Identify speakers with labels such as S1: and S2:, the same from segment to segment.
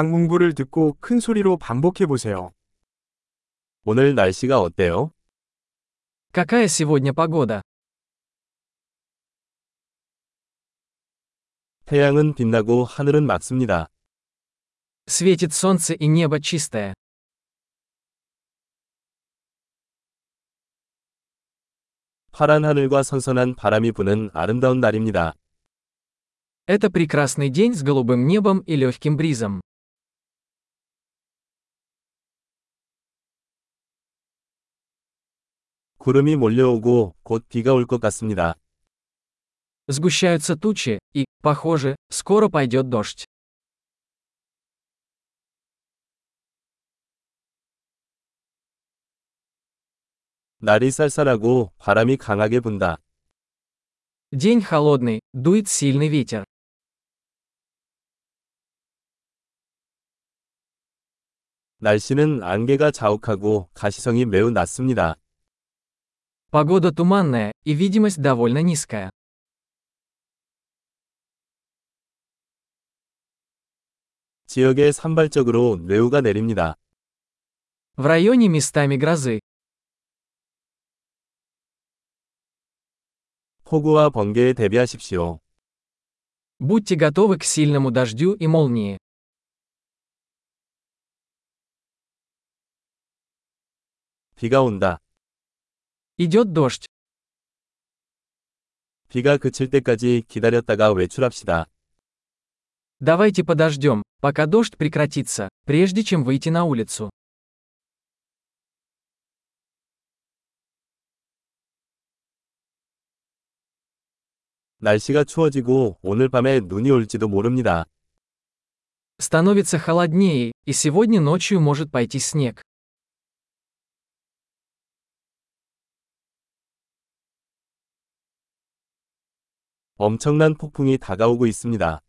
S1: 강문부를 듣고 큰 소리로 반복해 보세요.
S2: 오늘 날씨가 어때요?
S3: Какая сегодня погода?
S2: 태양은 빛나고 하늘은 맑습니다.
S3: Светит солнце и небо чистое.
S2: 파란 하늘과 선선한 바람이 부는 아름다운 날입니다.
S3: Это прекрасный день с голубым небом и легким бризом.
S2: 구름이 몰려오고 곧 비가 올 것 같습니다.
S3: Сгущаются тучи, и, похоже, скоро пойдет дождь.
S2: 날이 쌀쌀하고 바람이 강하게 분다.
S3: День холодный, дует сильный ветер.
S2: 날씨는 안개가 자욱하고 가시성이 매우 낮습니다.
S3: Погода туманная, и видимость довольно низкая.
S2: 지역에 산발적으로 뇌우가 내립니다.
S3: В районе местами грозы.
S2: 폭우와 번개에 대비하십시오.
S3: Будьте готовы к сильному дождю и молнии.
S2: 비가 온다.
S3: Идет дождь.
S2: 비가 그칠 때까지 기다렸다가 외출합시다.
S3: Давайте подождем, пока дождь прекратится, прежде чем выйти на улицу.
S2: 날씨가 추워지고 오늘 밤에 눈이 올지도 모릅니다.
S3: Становится холоднее, и сегодня ночью может пойти снег.
S2: 엄청난 폭풍이 다가오고 있습니다.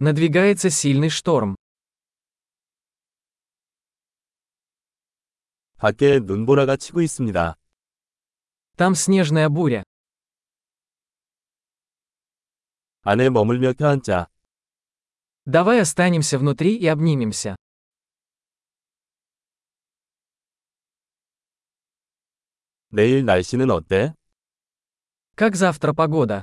S3: Надвигается сильный шторм.
S2: 밖에 눈보라가 치고 있습니다.
S3: Там снежная буря.
S2: 안에 머물며 껴앉자.
S3: Давай останемся внутри и обнимемся.
S2: 내일 날씨는 어때?
S3: Как завтра погода?